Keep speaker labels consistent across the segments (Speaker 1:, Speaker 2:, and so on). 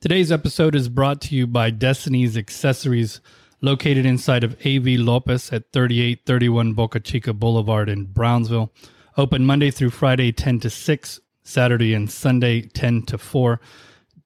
Speaker 1: Today's episode is brought to you by Destiny's Accessories, located inside of AV Lopez at 3831 Boca Chica Boulevard in Brownsville. Open Monday through Friday, 10 to 6, Saturday and Sunday, 10 to 4.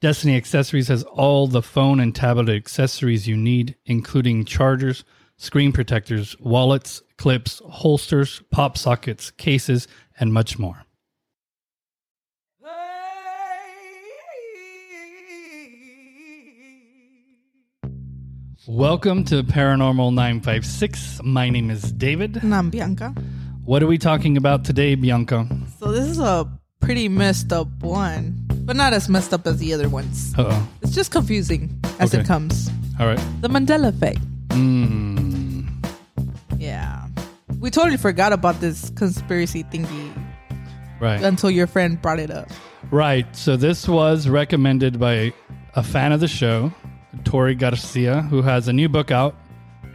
Speaker 1: Destiny Accessories has all the phone and tablet accessories you need, including chargers, screen protectors, wallets, clips, holsters, pop sockets, cases, and much more. Welcome to Paranormal 956. My name is David.
Speaker 2: And I'm Bianca.
Speaker 1: What are we talking about today, Bianca?
Speaker 2: So this is a pretty messed up one, but not as messed up as the other ones.
Speaker 1: Uh-oh.
Speaker 2: It's just confusing as
Speaker 1: Okay.
Speaker 2: it comes.
Speaker 1: All right.
Speaker 2: The Mandela effect.
Speaker 1: Mm.
Speaker 2: Yeah. We totally forgot about this conspiracy thingy
Speaker 1: Right.
Speaker 2: until your friend brought it up.
Speaker 1: Right. So this was recommended by a fan of the show, Tori Garcia, who has a new book out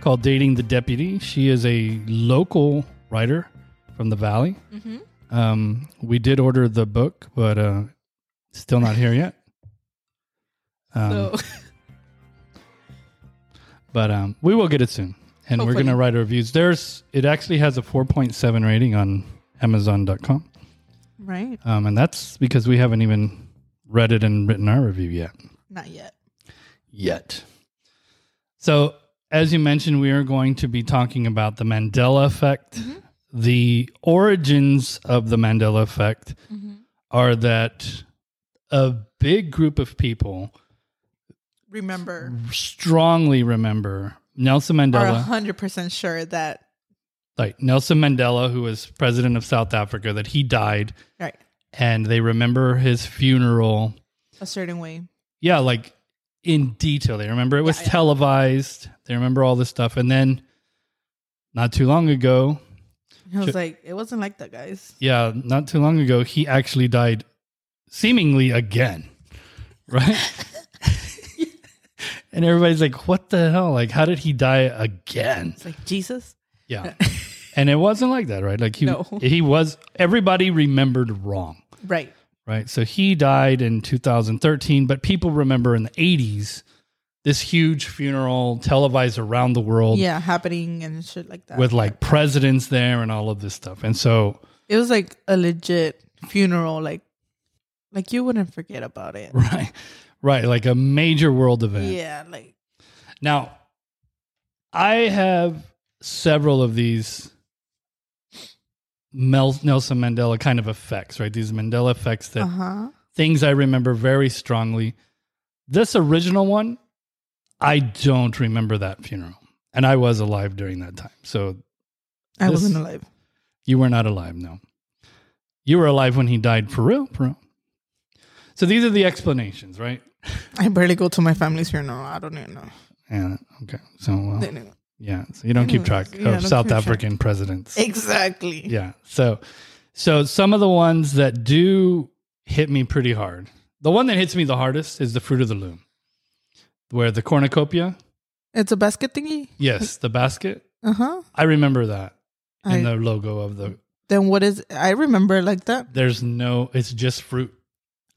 Speaker 1: called Dating the Deputy. She is a local writer from the Valley.
Speaker 2: Mm-hmm.
Speaker 1: Um, we did order the book, but uh, still not here yet. Um,
Speaker 2: So
Speaker 1: But um, we will get it soon, and we're
Speaker 2: Hopefully.
Speaker 1: going to write reviews. There's it actually has a 4.7 rating on Amazon.com,
Speaker 2: right?
Speaker 1: um, and that's because we haven't even read it and written our review yet.
Speaker 2: Not yet.
Speaker 1: Yet. So as you mentioned, we are going to be talking about the Mandela effect. The origins of the Mandela effect are that a big group of people
Speaker 2: Remember,
Speaker 1: strongly remember Nelson
Speaker 2: are
Speaker 1: Mandela.
Speaker 2: hundred percent sure that
Speaker 1: like Nelson Mandela, who was president of South Africa, that he died
Speaker 2: right
Speaker 1: and they remember his funeral.
Speaker 2: a certain way.
Speaker 1: Yeah, like in detail. They remember it was
Speaker 2: Yeah, yeah.
Speaker 1: televised. They remember all this stuff. And then not too long ago,
Speaker 2: I was
Speaker 1: Sure.
Speaker 2: like, it wasn't like that, guys.
Speaker 1: yeah, not too long ago, he actually died seemingly again. Right? and everybody's like, what the hell? Like, how did he die again?
Speaker 2: It's like Jesus.
Speaker 1: Yeah. and it wasn't like that, right? Like he
Speaker 2: No.
Speaker 1: he was everybody remembered wrong,
Speaker 2: Right.
Speaker 1: right? So he died in 2013, but people remember in the 80s this huge funeral televised around the world
Speaker 2: Yeah, happening and shit like that.
Speaker 1: with like presidents there and all of this stuff. And so
Speaker 2: It was like a legit funeral, like like you wouldn't forget about it.
Speaker 1: right right like a major world event.
Speaker 2: Yeah, like
Speaker 1: Now I have several of these Mel- Nelson Mandela kind of effects, right? These Mandela effects that
Speaker 2: uh huh.
Speaker 1: things I remember very strongly. This original one, I don't remember that funeral. And I was alive during that time. So
Speaker 2: I
Speaker 1: this-
Speaker 2: wasn't alive.
Speaker 1: you were not alive, no. You were alive when he died for real, for real. So these are the explanations, right?
Speaker 2: I barely go to my family's funeral. I don't even know.
Speaker 1: Yeah. Okay. So well,
Speaker 2: Anyway,
Speaker 1: yeah. So you don't keep
Speaker 2: Anyways,
Speaker 1: track
Speaker 2: yeah, don't
Speaker 1: of South
Speaker 2: keep track.
Speaker 1: African presidents.
Speaker 2: Exactly.
Speaker 1: Yeah. So so some of the ones that do hit me pretty hard. The one that hits me the hardest is the fruit of the loom. Where the cornucopia,
Speaker 2: It's a basket thingy.
Speaker 1: yes, the basket.
Speaker 2: Uh huh.
Speaker 1: I remember that in
Speaker 2: I-
Speaker 1: the logo of the
Speaker 2: Then what is? I remember it like that.
Speaker 1: there's no it's just fruit.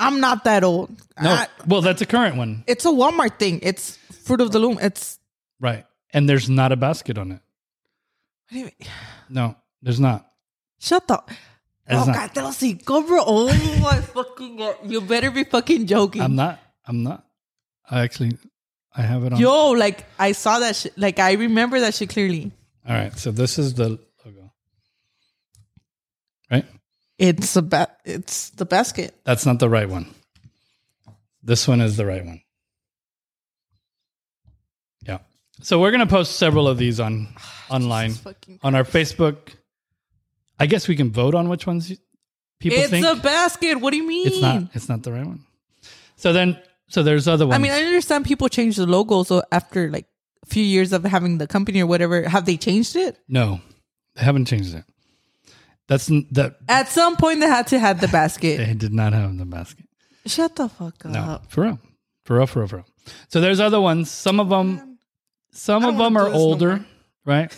Speaker 2: I'm not that old.
Speaker 1: No.
Speaker 2: I-
Speaker 1: well, that's a current one.
Speaker 2: it's a Walmart thing. It's fruit of the loom. It's
Speaker 1: Right. And there's not a basket on it.
Speaker 2: anyway.
Speaker 1: No, there's not.
Speaker 2: Shut up.
Speaker 1: It's
Speaker 2: oh
Speaker 1: not.
Speaker 2: God, that'll see. Go, bro. Oh my fucking god. You better be fucking joking.
Speaker 1: I'm not. I'm not. I actually I have it on.
Speaker 2: Yo, like I saw that shit. Like I remember that shit clearly.
Speaker 1: All right. So this is the logo. Right?
Speaker 2: It's a ba- it's the basket.
Speaker 1: That's not the right one. This one is the right one. Yeah. So we're gonna post several of these on online
Speaker 2: Jesus fucking
Speaker 1: on our Facebook. I guess we can vote on which ones you- people
Speaker 2: It's
Speaker 1: think
Speaker 2: a basket. What do you mean?
Speaker 1: it's not. It's not the right one. So then, so there's other
Speaker 2: I
Speaker 1: ones.
Speaker 2: mean, I understand people change the logo. So after like a few years of having the company or whatever, have they changed it?
Speaker 1: no, they haven't changed it. That's n- that
Speaker 2: At some point, they had to have the basket.
Speaker 1: they did not have in the basket.
Speaker 2: Shut the fuck up.
Speaker 1: No, for real, for real, for real, for real. So there's other ones. Some of them, some
Speaker 2: Um, I
Speaker 1: of
Speaker 2: don't
Speaker 1: them are
Speaker 2: wanna do this no
Speaker 1: older,
Speaker 2: more.
Speaker 1: right?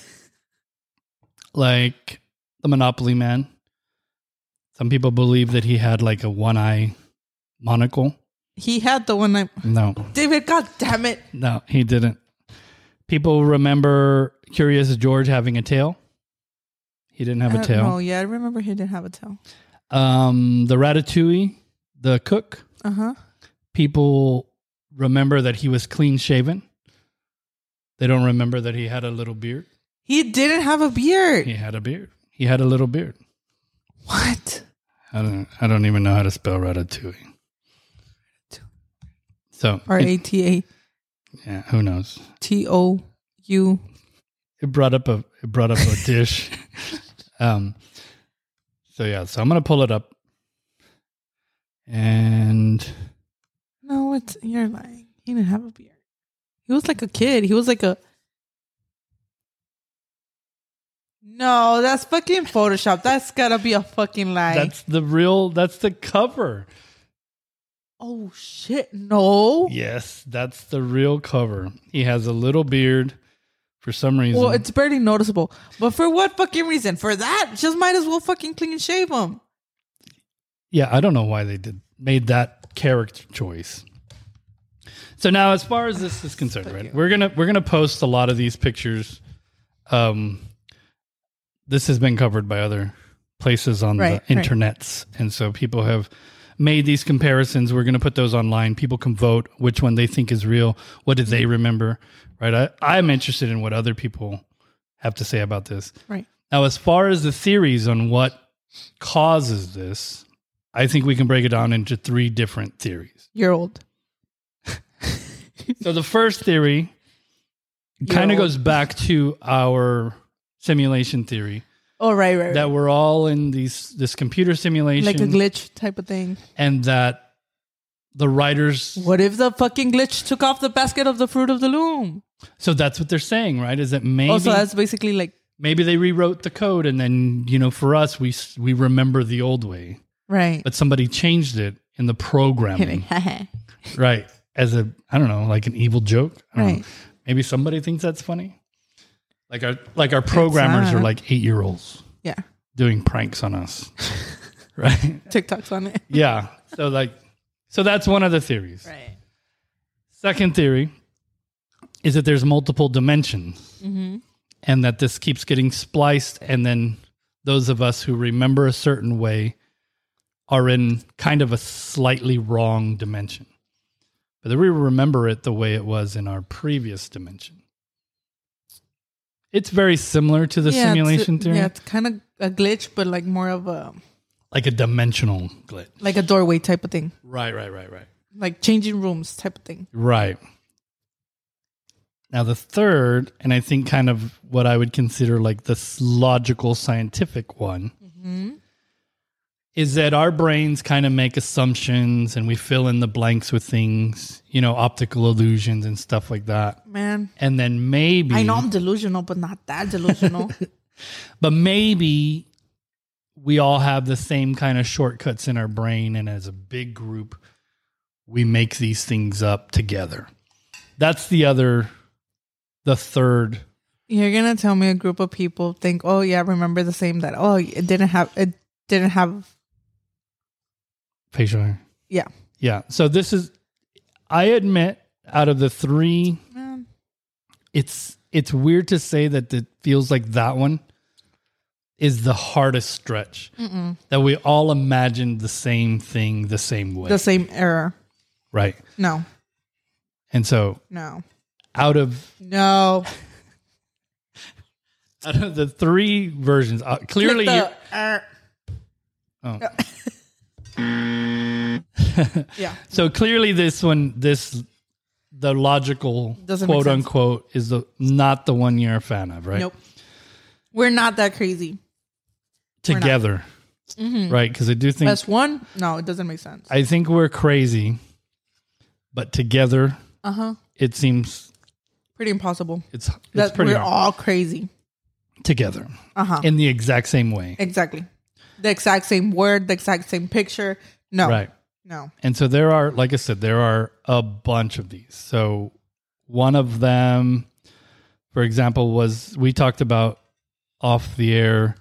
Speaker 1: like the Monopoly Man. Some people believe that he had like a one eye monocle.
Speaker 2: He had the one night.
Speaker 1: No,
Speaker 2: David, god damn it.
Speaker 1: no, he didn't. People remember Curious George having a tail. He didn't have a
Speaker 2: Oh,
Speaker 1: tail.
Speaker 2: yeah, I remember he didn't have a tail.
Speaker 1: Um, the Ratatouille, the cook.
Speaker 2: Uh huh.
Speaker 1: People remember that he was clean shaven. They don't remember that he had a little beard.
Speaker 2: He didn't have a beard.
Speaker 1: He had a beard. He had a little beard.
Speaker 2: What?
Speaker 1: I don't. I don't even know how to spell Ratatouille. So
Speaker 2: R A T A
Speaker 1: yeah, who knows?
Speaker 2: T O U.
Speaker 1: it brought up a it brought up a dish. um, so yeah, so I'm gonna pull it up, and
Speaker 2: No, it's you're lying. He didn't have a beard. He was like a kid. He was like a. No, that's fucking Photoshop. That's gotta be a fucking lie.
Speaker 1: that's the real. That's the cover.
Speaker 2: oh shit! No.
Speaker 1: Yes, that's the real cover. He has a little beard. For some reason,
Speaker 2: Well, it's barely noticeable. But for what fucking reason? For that, just might as well fucking clean shave him.
Speaker 1: yeah, I don't know why they did made that character choice. So now, as far as this is concerned, right, we're gonna we're gonna post a lot of these pictures. Um, this has been covered by other places on
Speaker 2: Right,
Speaker 1: the
Speaker 2: right.
Speaker 1: internets, and so people have made these comparisons. We're gonna put those online. People can vote which one they think is real. What did they remember? Right. I, I'm interested in what other people have to say about this.
Speaker 2: Right.
Speaker 1: Now, as far as the theories on what causes this, I think we can break it down into three different theories.
Speaker 2: You're old.
Speaker 1: So the first theory kind of
Speaker 2: Yo.
Speaker 1: goes back to our simulation theory
Speaker 2: Oh right, right, right.
Speaker 1: that we're all in these this computer simulation
Speaker 2: like a glitch type of thing.
Speaker 1: and that the writers
Speaker 2: What if the fucking glitch took off the basket of the fruit of the loom?
Speaker 1: so that's what they're saying, right? Is that maybe
Speaker 2: Also, Oh, that's basically like
Speaker 1: maybe they rewrote the code and then, you know, for us we s- we remember the old way,
Speaker 2: right.
Speaker 1: but somebody changed it in the programming. right as a i don't know like an evil joke I don't know.
Speaker 2: Right.
Speaker 1: maybe somebody thinks that's funny like our like our programmers are
Speaker 2: not.
Speaker 1: like eight year olds
Speaker 2: yeah,
Speaker 1: doing pranks on us right
Speaker 2: TikToks on it.
Speaker 1: yeah so like so that's one of the theories
Speaker 2: Right.
Speaker 1: second theory is that there's multiple dimensions
Speaker 2: Mm-hmm.
Speaker 1: and that this keeps getting spliced and then those of us who remember a certain way are in kind of a slightly wrong dimension but that we remember it the way it was in our previous dimension it's very similar to the simulation
Speaker 2: it's,
Speaker 1: theory
Speaker 2: Yeah, it's kind of a glitch, but like more of a
Speaker 1: like a dimensional glitch
Speaker 2: like a doorway type of thing,
Speaker 1: right right right right
Speaker 2: like changing rooms type of thing.
Speaker 1: Right. Now, the third, and I think kind of what I would consider like the s- logical scientific one,
Speaker 2: Mm-hmm.
Speaker 1: is that our brains kind of make assumptions and we fill in the blanks with things, you know, optical illusions and stuff like that.
Speaker 2: Man,
Speaker 1: And then maybe,
Speaker 2: I know I'm delusional, but not that delusional.
Speaker 1: but maybe we all have the same kind of shortcuts in our brain. And as a big group, we make these things up together. That's the other, the third
Speaker 2: You're gonna tell me a group of people think, oh yeah, remember the same that oh it didn't have it didn't have
Speaker 1: facial hair.
Speaker 2: yeah.
Speaker 1: Yeah. So this is, I admit, out of the three,
Speaker 2: Man,
Speaker 1: it's it's weird to say that it feels like that one is the hardest stretch that we all imagined the same thing the same way,
Speaker 2: the same error.
Speaker 1: right?
Speaker 2: No,
Speaker 1: And so
Speaker 2: no,
Speaker 1: out of
Speaker 2: no.
Speaker 1: out of the three versions, uh, clearly, Oh.
Speaker 2: Click the uh, error. yeah.
Speaker 1: so clearly this one, this the logical
Speaker 2: Doesn't make
Speaker 1: quote
Speaker 2: sense.
Speaker 1: unquote is the not the one you're a fan of, right?
Speaker 2: Nope. We're not that crazy. not. Mm-hmm.
Speaker 1: Together, right? Because I do think
Speaker 2: That's one. No, it doesn't make sense.
Speaker 1: I think we're crazy, but together,
Speaker 2: Uh huh.
Speaker 1: it seems
Speaker 2: Pretty impossible.
Speaker 1: it's it's
Speaker 2: That
Speaker 1: pretty
Speaker 2: we're
Speaker 1: hard.
Speaker 2: all crazy.
Speaker 1: together
Speaker 2: Uh huh.
Speaker 1: in the exact same way,
Speaker 2: Exactly. The exact same word. The exact same picture. No.
Speaker 1: right?
Speaker 2: No.
Speaker 1: And so there are, like I said, there are a bunch of these. So one of them, for example, was we talked about off the air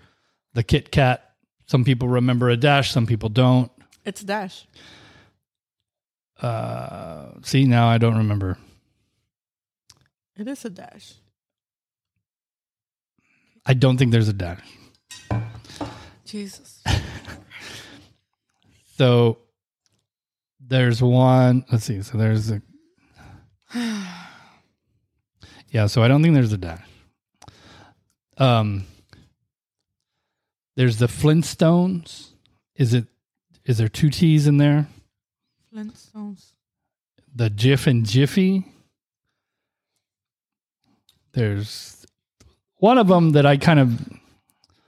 Speaker 1: the Kit Kat. Some people remember a dash, some people don't.
Speaker 2: It's dash.
Speaker 1: Uh, see, now I don't remember.
Speaker 2: It is a dash.
Speaker 1: I don't think there's a dash.
Speaker 2: Jesus.
Speaker 1: So there's one. Let's see. So there's a. Yeah. So I don't think there's a dash. Um. There's the Flintstones. Is it? Is there two T's in there?
Speaker 2: Flintstones.
Speaker 1: the Jiff and Jiffy. There's one of them that I kind of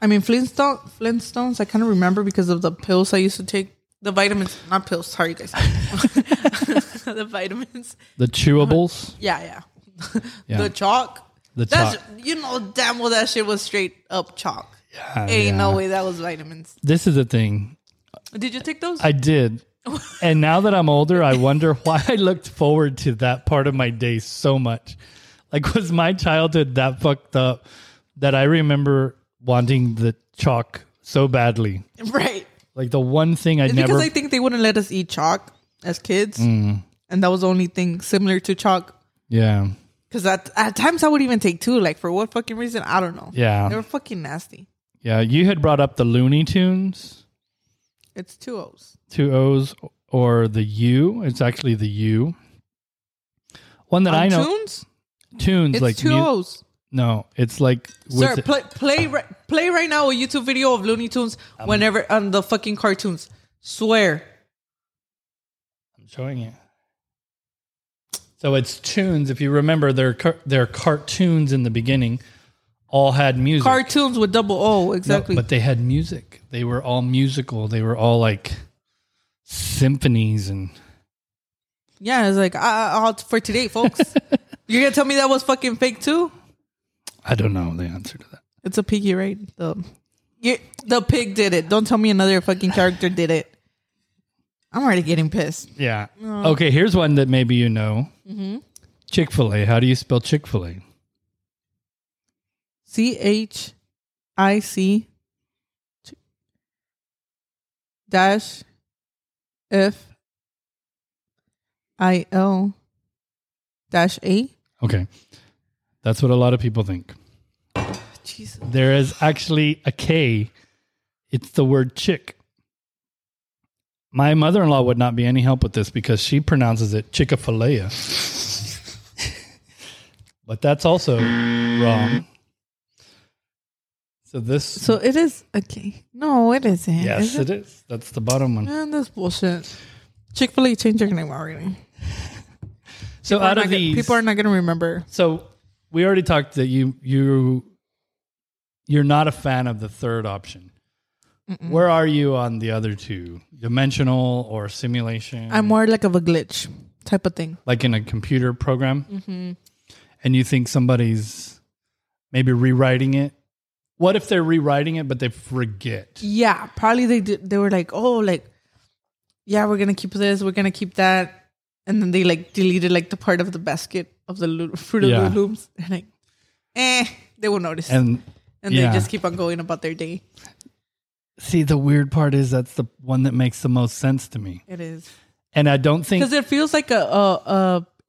Speaker 2: I mean, Flintstone, Flintstones, I kind of remember because of the pills I used to take. The vitamins, not pills. Sorry, guys. the vitamins.
Speaker 1: the chewables.
Speaker 2: Yeah, yeah.
Speaker 1: Yeah.
Speaker 2: The chalk.
Speaker 1: The
Speaker 2: That's
Speaker 1: top.
Speaker 2: you know damn well that shit was straight up chalk.
Speaker 1: Yeah,
Speaker 2: Ain't
Speaker 1: Oh, yeah.
Speaker 2: no way that was vitamins.
Speaker 1: This is the thing
Speaker 2: Did you take those?
Speaker 1: I did, and now that I'm older, I wonder why I looked forward to that part of my day so much. Like, was my childhood that fucked up that I remember wanting the chalk so badly?
Speaker 2: right.
Speaker 1: Like the one thing I
Speaker 2: It's
Speaker 1: never. Mm.
Speaker 2: because I think they wouldn't let us eat chalk as kids, and that was the only thing similar to chalk.
Speaker 1: yeah,
Speaker 2: Because at, at times I would even take two, like for what fucking reason I don't know.
Speaker 1: Yeah.
Speaker 2: they were fucking nasty.
Speaker 1: yeah. You had brought up the Looney Tunes.
Speaker 2: It's two O's.
Speaker 1: two O's or the U. It's actually the U. One that I know
Speaker 2: Tunes?
Speaker 1: tunes
Speaker 2: It's
Speaker 1: like
Speaker 2: two
Speaker 1: mu-
Speaker 2: O's.
Speaker 1: no, it's like with
Speaker 2: Sir,
Speaker 1: the-
Speaker 2: play play ri- play right now a YouTube video of Looney Tunes
Speaker 1: Um,
Speaker 2: whenever on the fucking cartoons. Swear.
Speaker 1: I'm showing it. So it's tunes. If you remember, their car- their cartoons in the beginning all had music,
Speaker 2: Cartoons with double O,
Speaker 1: No,
Speaker 2: exactly.
Speaker 1: but they had music. They were all musical. They were all like symphonies and
Speaker 2: yeah, it's like I, I, I'll- for today, folks. You're gonna tell me that was fucking fake too?
Speaker 1: I don't know the answer to that.
Speaker 2: It's a piggy, right? The you, the pig did it. Don't tell me another fucking character did it. I'm already getting pissed.
Speaker 1: Yeah. Okay, here's one that maybe you know. Chick fil A. How do you spell Chick fil A?
Speaker 2: C H I C dash F I L dash A.
Speaker 1: Okay. That's what a lot of people think.
Speaker 2: Oh, Jesus.
Speaker 1: There is actually a K. It's the word chick. My mother in law would not be any help with this because she pronounces it chickafalea. but that's also wrong. So this
Speaker 2: So it is okay. No, it isn't.
Speaker 1: Yes,
Speaker 2: is it? Uh,
Speaker 1: it is. That's the bottom one.
Speaker 2: Man, that's bullshit. Chick Fil A changed their name already.
Speaker 1: So out
Speaker 2: Not
Speaker 1: of
Speaker 2: gonna-
Speaker 1: these
Speaker 2: people are not going to remember.
Speaker 1: So we already talked that you you you're not a fan of the third option. Where are you on the other two? Dimensional or simulation?
Speaker 2: I'm more like of a glitch type of thing.
Speaker 1: like in a computer program.
Speaker 2: Mm-hmm.
Speaker 1: And you think somebody's maybe rewriting it? What if they're rewriting it but they forget?
Speaker 2: Yeah, probably they did, they were like, oh, like, yeah, we're gonna keep this, we're gonna keep that, and then they like deleted like the part of the basket of the lo- fruit of
Speaker 1: Yeah.
Speaker 2: the looms, and like, eh, they will notice, and,
Speaker 1: And
Speaker 2: they
Speaker 1: yeah.
Speaker 2: just keep on going about their day.
Speaker 1: see the weird part is that's the one that makes the most sense to me.
Speaker 2: It is
Speaker 1: And I don't think
Speaker 2: because it feels like a, a a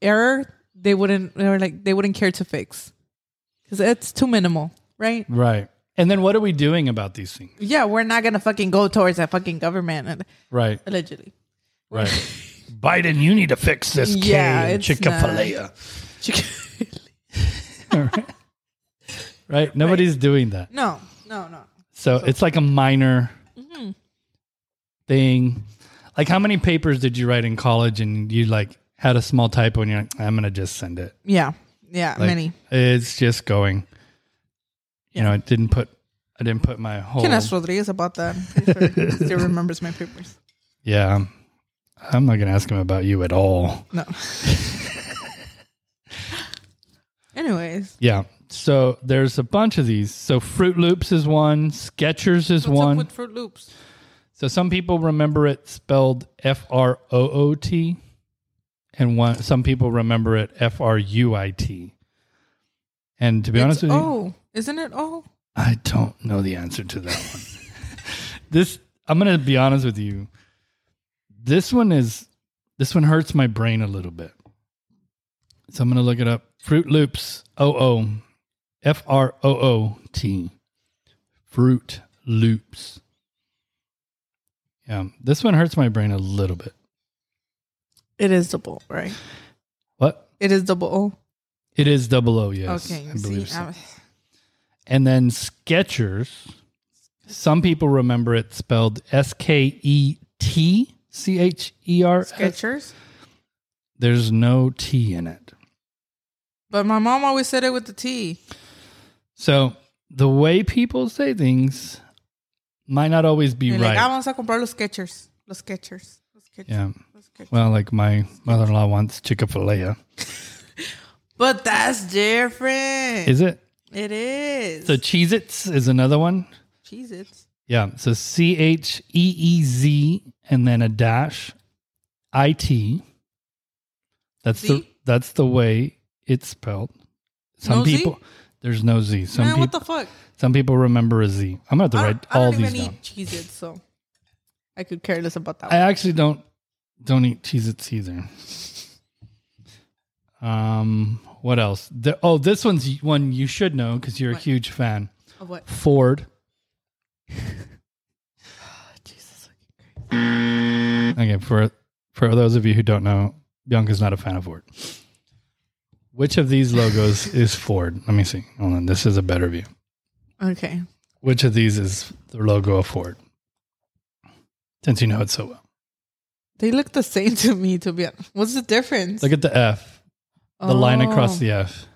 Speaker 2: error they wouldn't they were like they wouldn't care to fix because it's too minimal, right?
Speaker 1: right. And then what are we doing about these things?
Speaker 2: Yeah, we're not gonna fucking go towards that fucking government and
Speaker 1: Right.
Speaker 2: allegedly.
Speaker 1: Right. Biden, you need to fix this
Speaker 2: Yeah,
Speaker 1: K
Speaker 2: it's
Speaker 1: Chick-fil-A.
Speaker 2: Chick-
Speaker 1: Right? Nobody's doing that.
Speaker 2: no, no, no.
Speaker 1: So it's like a minor
Speaker 2: Mm-hmm.
Speaker 1: thing. Like how many papers did you write in college and you like had a small typo and you're like, I'm gonna just send it.
Speaker 2: Yeah, yeah,
Speaker 1: Like,
Speaker 2: many.
Speaker 1: It's just going. You know, it didn't put I didn't put my whole
Speaker 2: Can ask Rodriguez about that. He still remembers my papers.
Speaker 1: Yeah. I'm not gonna ask him about you at all.
Speaker 2: No. Anyways,
Speaker 1: Yeah. So there's a bunch of these. So Fruit Loops is one, Skechers is
Speaker 2: what's
Speaker 1: one.
Speaker 2: up with Fruit Loops?
Speaker 1: So some people remember it spelled F R O O T, and one, some people remember it F R U I T. And to be honest
Speaker 2: It's
Speaker 1: with you,
Speaker 2: oh, isn't it oh?
Speaker 1: I don't know the answer to that one. this, I'm going to be honest with you. This one is, This one hurts my brain a little bit. So I'm going to look it up. Fruit Loops, O O, F R O O T. Fruit Loops. Yeah, this one hurts my brain a little bit.
Speaker 2: It is the bowl, right?
Speaker 1: What?
Speaker 2: It is the bowl.
Speaker 1: It is double O, yes.
Speaker 2: okay,
Speaker 1: I
Speaker 2: you see,
Speaker 1: believe so.
Speaker 2: I'm-
Speaker 1: And then Skechers. Some people remember it spelled S K E T C H E R. S.
Speaker 2: Skechers.
Speaker 1: There's no T in it.
Speaker 2: But my mom always said it with the T.
Speaker 1: So the way people say things might not always be
Speaker 2: You're
Speaker 1: right.
Speaker 2: Like, I want to "Ah, comprar los Skechers. Los Skechers. Los Skechers.
Speaker 1: yeah.
Speaker 2: Los Skechers.
Speaker 1: Well, like my mother in law wants Chick fil A.
Speaker 2: But that's different.
Speaker 1: Is it?
Speaker 2: it is.
Speaker 1: So Cheez Its is another one.
Speaker 2: Cheez Its.
Speaker 1: Yeah. So C H E E Z and then a dash I T. That's the
Speaker 2: Z?
Speaker 1: that's the way it's spelled. Some
Speaker 2: No Z?
Speaker 1: people there's no Z. Some
Speaker 2: Man, what
Speaker 1: people
Speaker 2: the fuck?
Speaker 1: some people remember a Z. I'm gonna have to
Speaker 2: I
Speaker 1: write
Speaker 2: don't, I
Speaker 1: all
Speaker 2: don't
Speaker 1: these
Speaker 2: even
Speaker 1: down.
Speaker 2: eat Cheez Its, so I could care less about that
Speaker 1: I
Speaker 2: one.
Speaker 1: actually don't don't eat Cheez Its either. Um what else? The, oh, this one's one you should know because you're a
Speaker 2: What?
Speaker 1: huge fan.
Speaker 2: Of what?
Speaker 1: Ford.
Speaker 2: Jesus.
Speaker 1: Okay, for for those of you who don't know, Bianca's not a fan of Ford. Which of these logos is Ford? Let me see. Hold on, this is a better view.
Speaker 2: Okay.
Speaker 1: Which of these is the logo of Ford? Since you know it so well.
Speaker 2: They look the same to me, to be honest. What's the difference?
Speaker 1: Look at the F, the line across
Speaker 2: Oh.
Speaker 1: the F.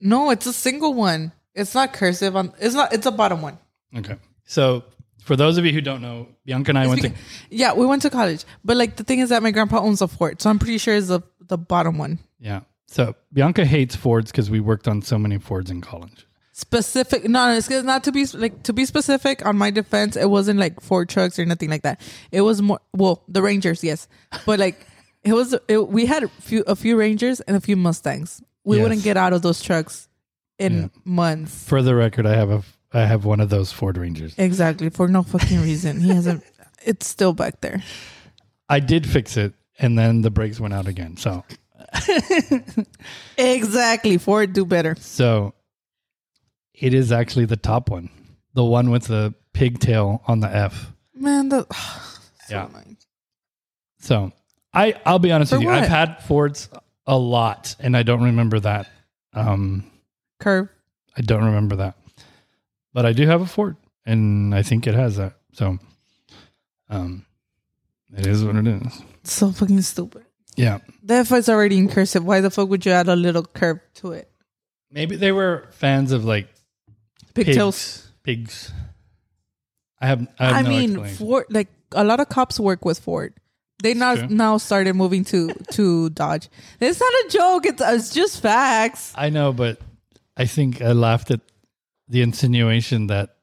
Speaker 2: No, it's a single one. It's not cursive on it's not it's a bottom one.
Speaker 1: Okay. So, for those of you who don't know, Bianca and I went
Speaker 2: It's
Speaker 1: to
Speaker 2: beca- yeah, we went to college. But like the thing is that my grandpa owns a fort, so I'm pretty sure it's the the bottom one.
Speaker 1: Yeah. So, Bianca hates Fords cuz we worked on so many Fords in college.
Speaker 2: Specific no, no, it's not to be like to be specific on my defense, it wasn't like Ford trucks or nothing like that. It was more well, the Rangers, yes. But like it was it, we had a few a few Rangers and a few Mustangs. We
Speaker 1: Yes.
Speaker 2: wouldn't get out of those trucks in
Speaker 1: Yeah.
Speaker 2: months.
Speaker 1: For the record, I have a I have one of those Ford Rangers.
Speaker 2: Exactly, for no fucking reason. He hasn't it's still back there.
Speaker 1: I did fix it and then the brakes went out again. So,
Speaker 2: Exactly. Ford do better.
Speaker 1: So it is actually the top one, the one with the pigtail on the F.
Speaker 2: Man, that so
Speaker 1: Yeah.
Speaker 2: annoying.
Speaker 1: So I, I'll be honest
Speaker 2: For
Speaker 1: with you,
Speaker 2: what?
Speaker 1: I've had Fords a lot, and I don't remember that. Um,
Speaker 2: curve.
Speaker 1: I don't remember that, but I do have a Ford, and I think it has that. So, um, it is what it is.
Speaker 2: So fucking stupid.
Speaker 1: Yeah,
Speaker 2: That fight's already in cursive. Why the fuck would you add a little curve to it?
Speaker 1: maybe they were fans of like pigs.
Speaker 2: Pigtails.
Speaker 1: Pigs. I have. I, have
Speaker 2: I
Speaker 1: no
Speaker 2: mean,
Speaker 1: explanation.
Speaker 2: Ford. Like a lot of cops work with Ford. They now
Speaker 1: true.
Speaker 2: now started moving to to Dodge. It's not a joke. It's it's just facts.
Speaker 1: I know, but I think I laughed at the insinuation that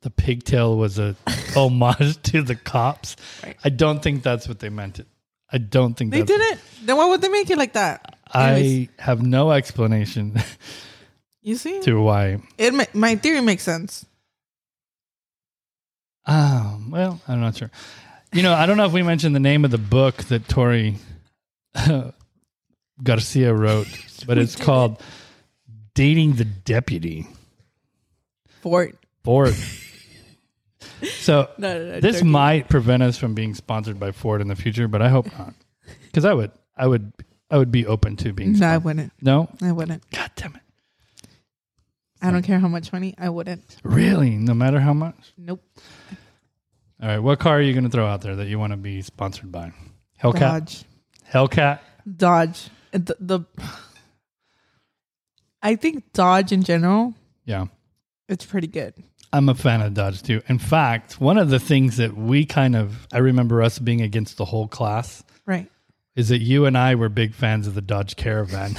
Speaker 1: the pigtail was a homage to the cops.
Speaker 2: Right.
Speaker 1: I don't think that's what they meant. It. I don't think
Speaker 2: They
Speaker 1: that's-
Speaker 2: didn't. Then why would they make it like that? Anyways,
Speaker 1: I have no explanation
Speaker 2: you see,
Speaker 1: to why.
Speaker 2: it ma- my theory makes sense.
Speaker 1: Um, well, I'm not sure. You know, I don't know if we mentioned the name of the book that Tori Garcia wrote, but it's called "Dating the Deputy."
Speaker 2: Ford.
Speaker 1: Ford. so
Speaker 2: No, no, no,
Speaker 1: this
Speaker 2: joking.
Speaker 1: might prevent us from being sponsored by Ford in the future, but I hope not. Because I would, I would, I would be open to being.
Speaker 2: No, I
Speaker 1: No.
Speaker 2: wouldn't.
Speaker 1: no.
Speaker 2: I wouldn't.
Speaker 1: God damn it!
Speaker 2: I don't care how much money. I wouldn't.
Speaker 1: Really? No matter how much.
Speaker 2: Nope.
Speaker 1: All right. What car are you going to throw out there that you want to be sponsored by? Hellcat.
Speaker 2: Dodge.
Speaker 1: Hellcat.
Speaker 2: Dodge. The, the I think Dodge in general,
Speaker 1: Yeah.
Speaker 2: it's pretty good.
Speaker 1: I'm a fan of Dodge too. In fact, one of the things that we kind of I remember us being against the whole class
Speaker 2: Right.
Speaker 1: is that you and I were big fans of the Dodge Caravan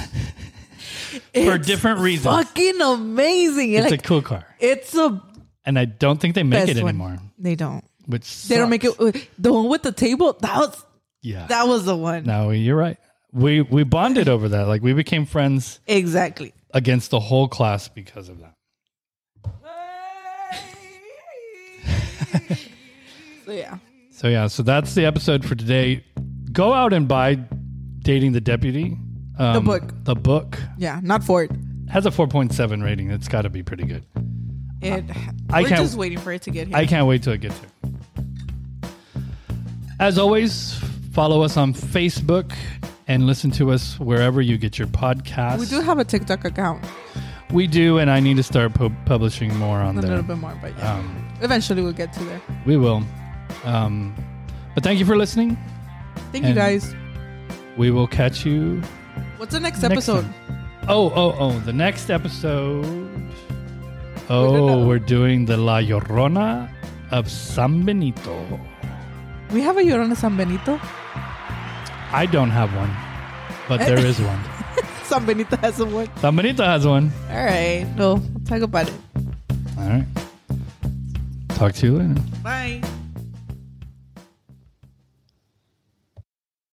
Speaker 1: for different reasons.
Speaker 2: Fucking amazing.
Speaker 1: It's
Speaker 2: like
Speaker 1: a cool car.
Speaker 2: it's a
Speaker 1: and I don't think they make
Speaker 2: best
Speaker 1: it
Speaker 2: one.
Speaker 1: anymore.
Speaker 2: They don't.
Speaker 1: Which
Speaker 2: They don't make
Speaker 1: sucks.
Speaker 2: it uh, the one with the table, that was
Speaker 1: Yeah.
Speaker 2: that was the one.
Speaker 1: no, you're right. We we bonded over that. Like we became friends
Speaker 2: Exactly.
Speaker 1: against the whole class because of that.
Speaker 2: so yeah.
Speaker 1: So yeah, so that's the episode for today. Go out and buy "Dating the Deputy." Um, the
Speaker 2: book.
Speaker 1: The book
Speaker 2: Yeah, not for it.
Speaker 1: has a 4.7 rating. It's got to be pretty good.
Speaker 2: It.
Speaker 1: I
Speaker 2: we're
Speaker 1: can't-
Speaker 2: just waiting for it to get here.
Speaker 1: I can't wait till it gets here. As always, follow us on Facebook and listen to us wherever you get your podcasts.
Speaker 2: we do have a TikTok account,
Speaker 1: We do, and I need to start pu- publishing more on
Speaker 2: a
Speaker 1: there.
Speaker 2: little bit more, but yeah.
Speaker 1: Um,
Speaker 2: Eventually, we'll get to there.
Speaker 1: we will. Um, but thank you for listening.
Speaker 2: Thank you
Speaker 1: and-
Speaker 2: guys.
Speaker 1: We will catch you.
Speaker 2: What's the next,
Speaker 1: next
Speaker 2: episode?
Speaker 1: time. Oh, oh, oh! The next episode.
Speaker 2: don't
Speaker 1: Oh,
Speaker 2: know.
Speaker 1: we're doing the La Llorona of San Benito.
Speaker 2: We have a Llorona San Benito.
Speaker 1: I don't have one, but there is one.
Speaker 2: San Benito has a one.
Speaker 1: San Benito has one.
Speaker 2: All right. No, we'll talk about it.
Speaker 1: All right. Talk to you later.
Speaker 2: Bye.